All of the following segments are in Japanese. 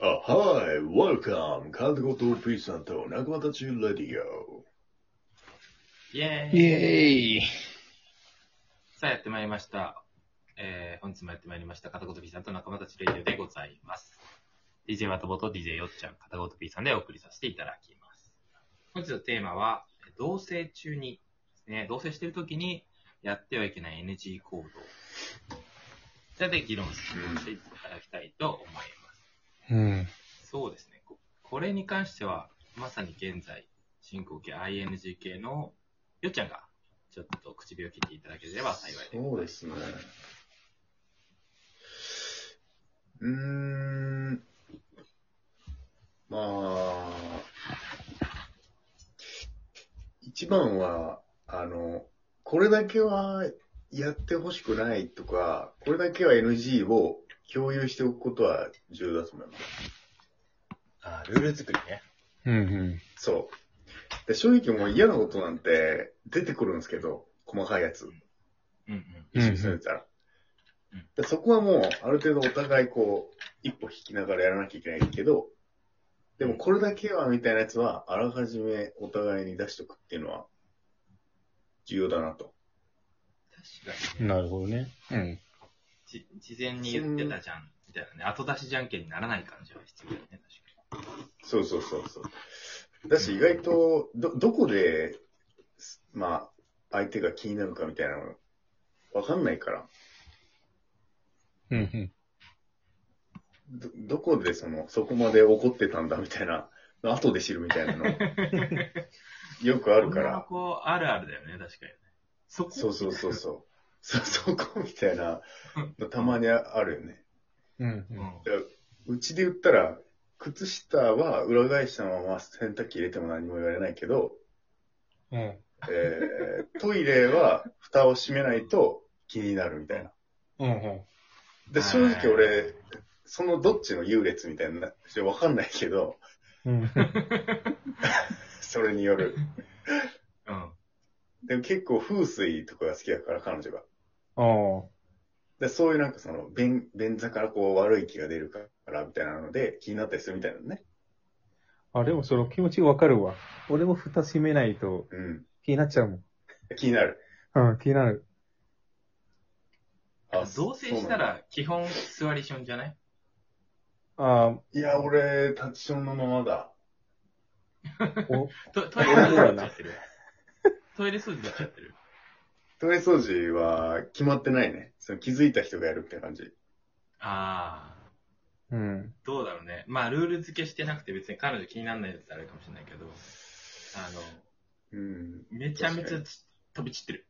あ、はい、welcome! カズゴとピースさんと仲間たちレディオ。イエーイイエーイ。さあやってまいりました。えー、本日もやってまいりました。片言 P さんと仲間たちレディオでございます。DJ ワトボと DJ よっちゃん、片言 P さんでお送りさせていただきます。本日のテーマは、えー同棲中にですね、同棲してる時にやってはいけない NG 行動。こちらで議論していただきたいと思います。うん。そうですね。ここれに関しては、まさに現在、進行形 ING 系のよっちゃんが、ちょっと唇を切っていただければ幸いです。そうですね。うーん。まあ、一番は、あの、これだけはやってほしくないとか、これだけは NG を共有しておくことは重要だと思います。あルール作りね。うんそう。で正直もう嫌なことなんて出てくるんですけど、細かいやつ。うん意識されたら。うんでそこはもう、ある程度お互いこう、一歩引きながらやらなきゃいけないけど、でもこれだけはみたいなやつは、あらかじめお互いに出しとくっていうのは、重要だなと。確かうん。に、ねなるほどね。うん。じ事前に言ってたじゃん、みたいなね。後出しじゃんけんにならない感じは必要だよね、確かそうそうそうそう。だし、意外と、ど、どこで、まあ、相手が気になるかみたいなの、わかんないから。うんうん。ど、どこでその、そこまで怒ってたんだみたいな、後で知るみたいなの、よくあるに。か女のら。子あるあるだよね、確かにね。そこそうそうそうそう。そ、そこみたいな、たまにあるよね。うんうん。だからうちで言ったら、靴下は裏返したまま洗濯機入れても何も言われないけど、うん。うんえー、トイレは蓋を閉めないと気になるみたいな。うん。で、正直俺、そのどっちの優劣みたいな、ちょっとわかんないけど、うん。それによる。うん。でも結構風水とかが好きだから、彼女が。ああ。で、そういうなんかその、便、便座からこう悪い気が出るから、みたいなので、気になったりするみたいなのね。あ、でもその気持ちわかるわ。俺も蓋閉めないとうん。気になっちゃうもん。気になる。うん、気になる。同棲した。ら、基本座りションじゃないあそうなんだいや、俺、立ちションのままだ。あ、お、ト トイレ掃除になっちゃってる。トイレ掃除になっちゃってる。トイレ掃除は決まってないね。その気づいた人がやるって感じ。ああ。うん。どうだろうね。まあ、ルール付けしてなくて別に彼女気にならないやつあるかもしれないけど、あの、うん。めちゃめちゃつ飛び散ってる。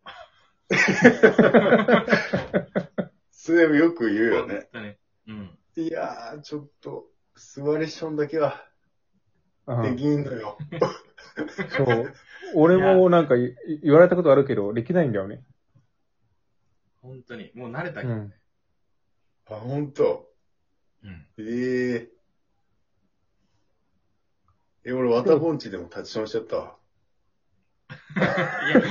それよく言うよ本ね。当ね。うん。いやー、ちょっと、座りションだけは、あできんのよ。そう。 俺もなんかい言われたことあるけど、できないんだよね。本当に。もう慣れたけうど。ん。あ、ほんと。うん。ええー。え、俺、わたぼんちでも立ちションしちゃったわ。いや、い い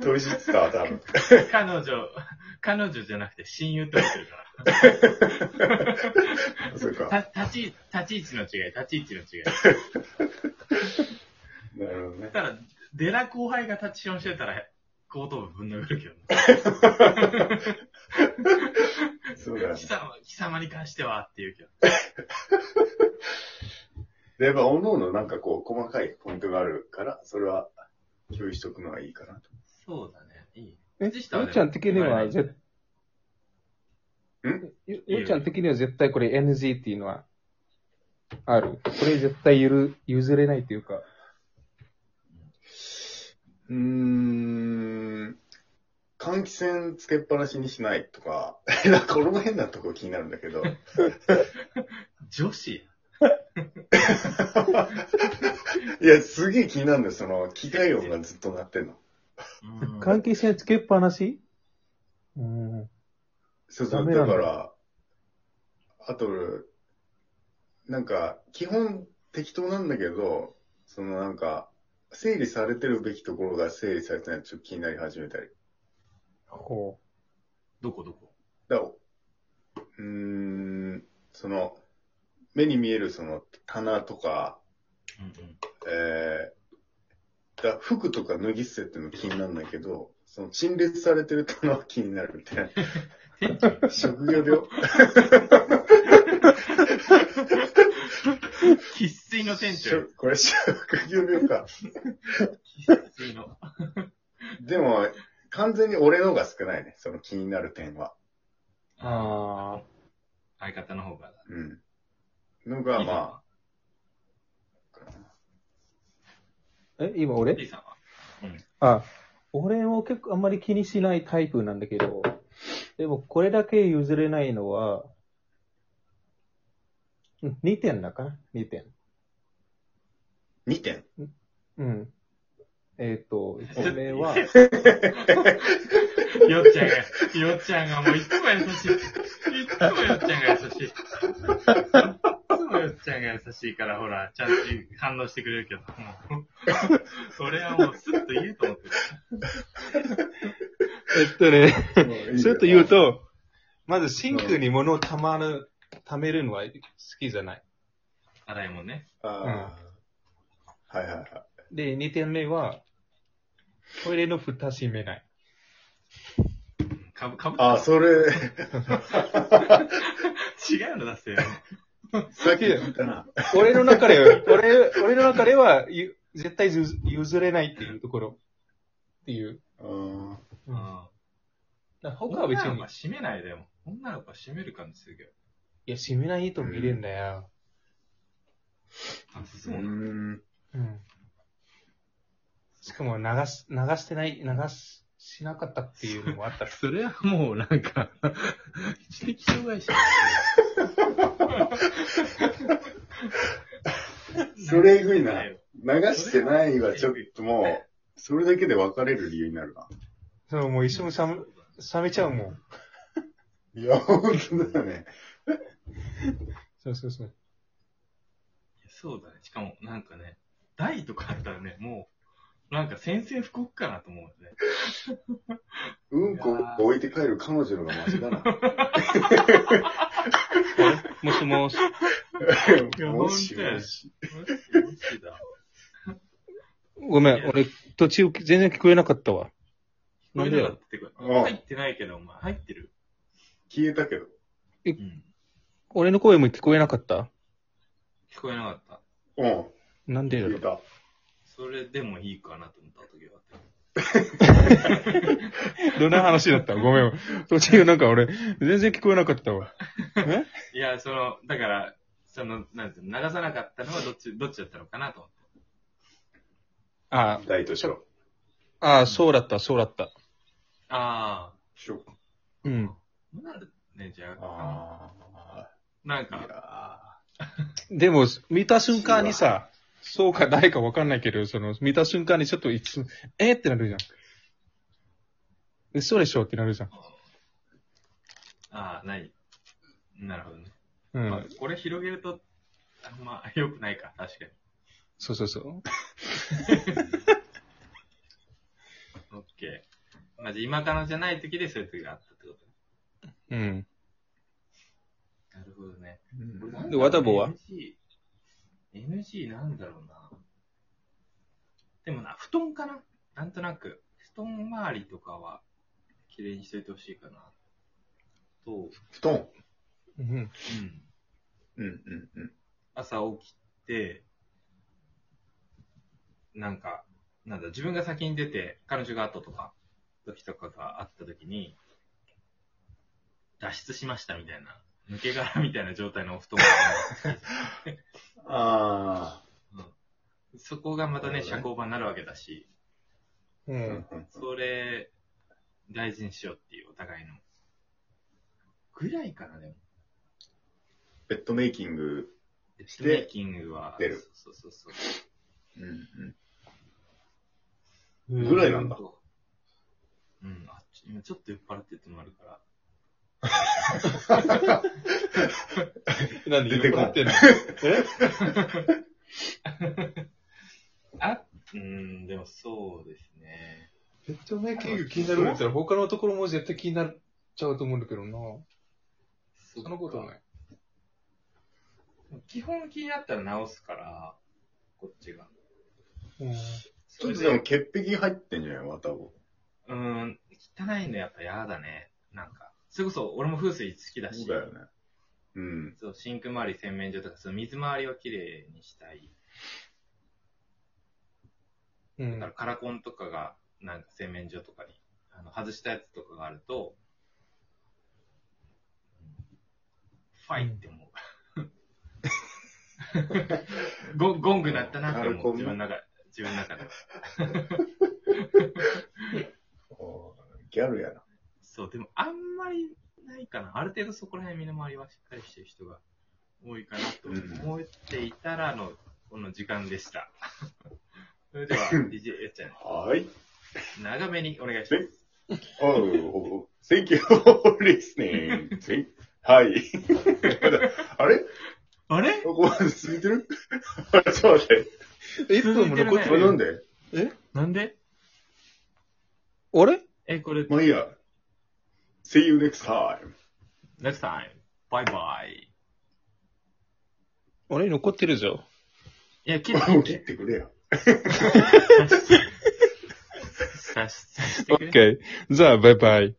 飛び散ってたわ、多分。彼女、彼女じゃなくて親友って思ってるかそうか。ら。た、立ち、立ち位置の違い、立ち位置の違い。なるほどね。ただ、デラ後輩が立ちションしてたら、後頭部ぶん殴るけどね。そうだね貴。様、貴様に関してはっていうけど。で、やっぱ、おのおのなんかこう、細かいポイントがあるから、それは、共有しとくのはいいかなと。そうだね。いい。え、よ靴下はっねちゃん的に言われは、ないぜよよっちゃん的には絶対これ NG っていうのは、ある。これ絶対ゆる譲れないっていうか。うーん。換気扇つけっぱなしにしないと か、なんか俺も変なとこ気になるんだけ ど、女子いや、すげえ気になるんだよ、その、機械音がずっと鳴ってんの。うん関係性つけっぱなしうん。そうそダう、メだなかんだら、あと、なんか、基本適当なんだけど、そのなんか、整理されてるべきところが整理されてないとちょっと気になり始めたり。ほどこどこだからううーん、その、目に見えるその棚とか、えー、だ服とか脱ぎ捨てっていうの気になるんだけど、その陳列されてる棚は気になるみたいな。 職業病喫水の店長。これ職業病か。喫水の。でも、完全に俺のが少ないね、その気になる点は。あ相方の方が。うん。のが、まあ。え、今 P 俺さんは。あ、俺も結構あんまり気にしないタイプなんだけど、でもこれだけ譲れないのは、うん2点だから、2点。あ、2点。うん。えっ、と、1名 は、よっちゃんが、よっちゃんがもういつも優しい。いつもよっちゃんが優しい。いつもよっちゃんが優しいから、ほら、ちゃんと反応してくれるけど。もう俺はもうスッと言うと思ってる。えっとね、ちょっと言ういいよ。と、まずシンクに物をたまる、溜めるのは好きじゃない。洗いもんね。ああ、はいはいはい。で、2点目は、トイレの蓋閉めない。かぶ、かぶああ、それ、違うのだってよ。さっき言ったな。俺の中で、俺、俺の中では、ゆ絶対譲譲れないっていうところ。っていう。うんうん。だから他は別女のに子は、閉めないでも。女の子は閉める感じするけど。いや、閉めないと見れんだよ。あ、そううなのん。うん。しかも流し、流してない、流し、しなかったっていうのもあ った。それはもうなんか、知的障害者。それえぐいな。流してないはちょっともう、それだけで別れる理由になるな。そう、もう一緒に冷め、冷めちゃうもん。いや、本当だよね。そうそうそう。そうだね。しかも、なんかね、台とかあったらね、もう、なんか宣戦布告かなと思うよね。うんこ置いて帰る彼女のがマシだな。もしもし。やもし本当やもし。マジだ。ごめん、俺、途中全然聞こえなかったわ。ななんんででよよ。うん入ってないけど、お前、入ってる。消えたけど。うん。俺の声も聞こえなかった聞こえなかった。うん。なんでだろ消えうた。それでもいいかなと思った時はあっどんな話だったごめん。途中なんか俺、全然聞こえなかったわ。た。いや、その、だから、その、なんていうの、流さなかったのはどっち、どっちだったのかなと思って。あ大と小。あ、ああ、そうだった、そうだった。あ小。うん。あ、なんだね、じゃあ、ああ。なんいやか、でも、見た瞬間にさ、そうか誰かわかんないけど、その、見た瞬間にちょっといつ、えーってなるじゃん。嘘でしょってなるじゃん。ああ、ない。なるほどね。うまあん。、これ広げると、あんま良くないか、確かに。そうそうそう。オッケー。まず今からじゃない時でそういう時があったってこうん。となるほどね。ーでワタボは ?NG、NG なんだろうな。でもな、布団かななんとなく。布団周りとかは、綺麗にしといてほしいかな。と、うん。布団。うん。うんうんうん。朝起きて、なんか、なんだ、自分が先に出て、彼女が後とか、時とかがあった時に、脱出しましたみたいな、抜け殻みたいな状態のお布団がああ。 そこがまたね、なるほど社ね交場になるわけだし、う。うんんそれ、大事にしようっていう、お互いの。ぐらいかな、でも。ベッドメイキング。ベッてドメイキングは、出るそうそうそうそう。うんぐぐらいなんだうん、あち今ちょっと酔っ払ってってのもあるから。なんで出てこないんのえあ、うーん、でもそうですね。ベッドメイキング気になるんだったら他のところも絶対気になっちゃうと思うんだけどな。そそんなことない。い。基本気になったら直すから、こっちが。うん。ちょっとでも潔癖入ってんじゃない綿棒。うーん、汚いのやっぱ嫌だね。なんか。それこそ、俺も風水好きだそしう、だよね。うん。そうシンク周り、洗面所とか、その水回りをきれいにしたい。うだかんら。カラコンとかが、なんか洗面所とかに、あの外したやつとかがあると、うんファイって 思う。ゴンゴング鳴ったなってカラ思コう。ン自分の中で、自分の中で。あーギャルやな。そう、でもあんまりないかな。ある程度そこら辺身の回りはしっかりしてる人が多いかなと思っていたらの、この時間でした。 それで は、DJ やっちゃん、はい。長めにお願いします。 Oh, thank you for listening. Thank- はい。あれあれここまで続いてるあれちょっと待って。 1分も残こ続いっててるれる。なんでなんであれえ、これ、まあいいや。See you next time. next time. Bye bye. あれ残ってるじゃん。いや、切ってもうみ。切っててくれよ。刺し刺してくれ。 OK。じゃあ、バイバイ。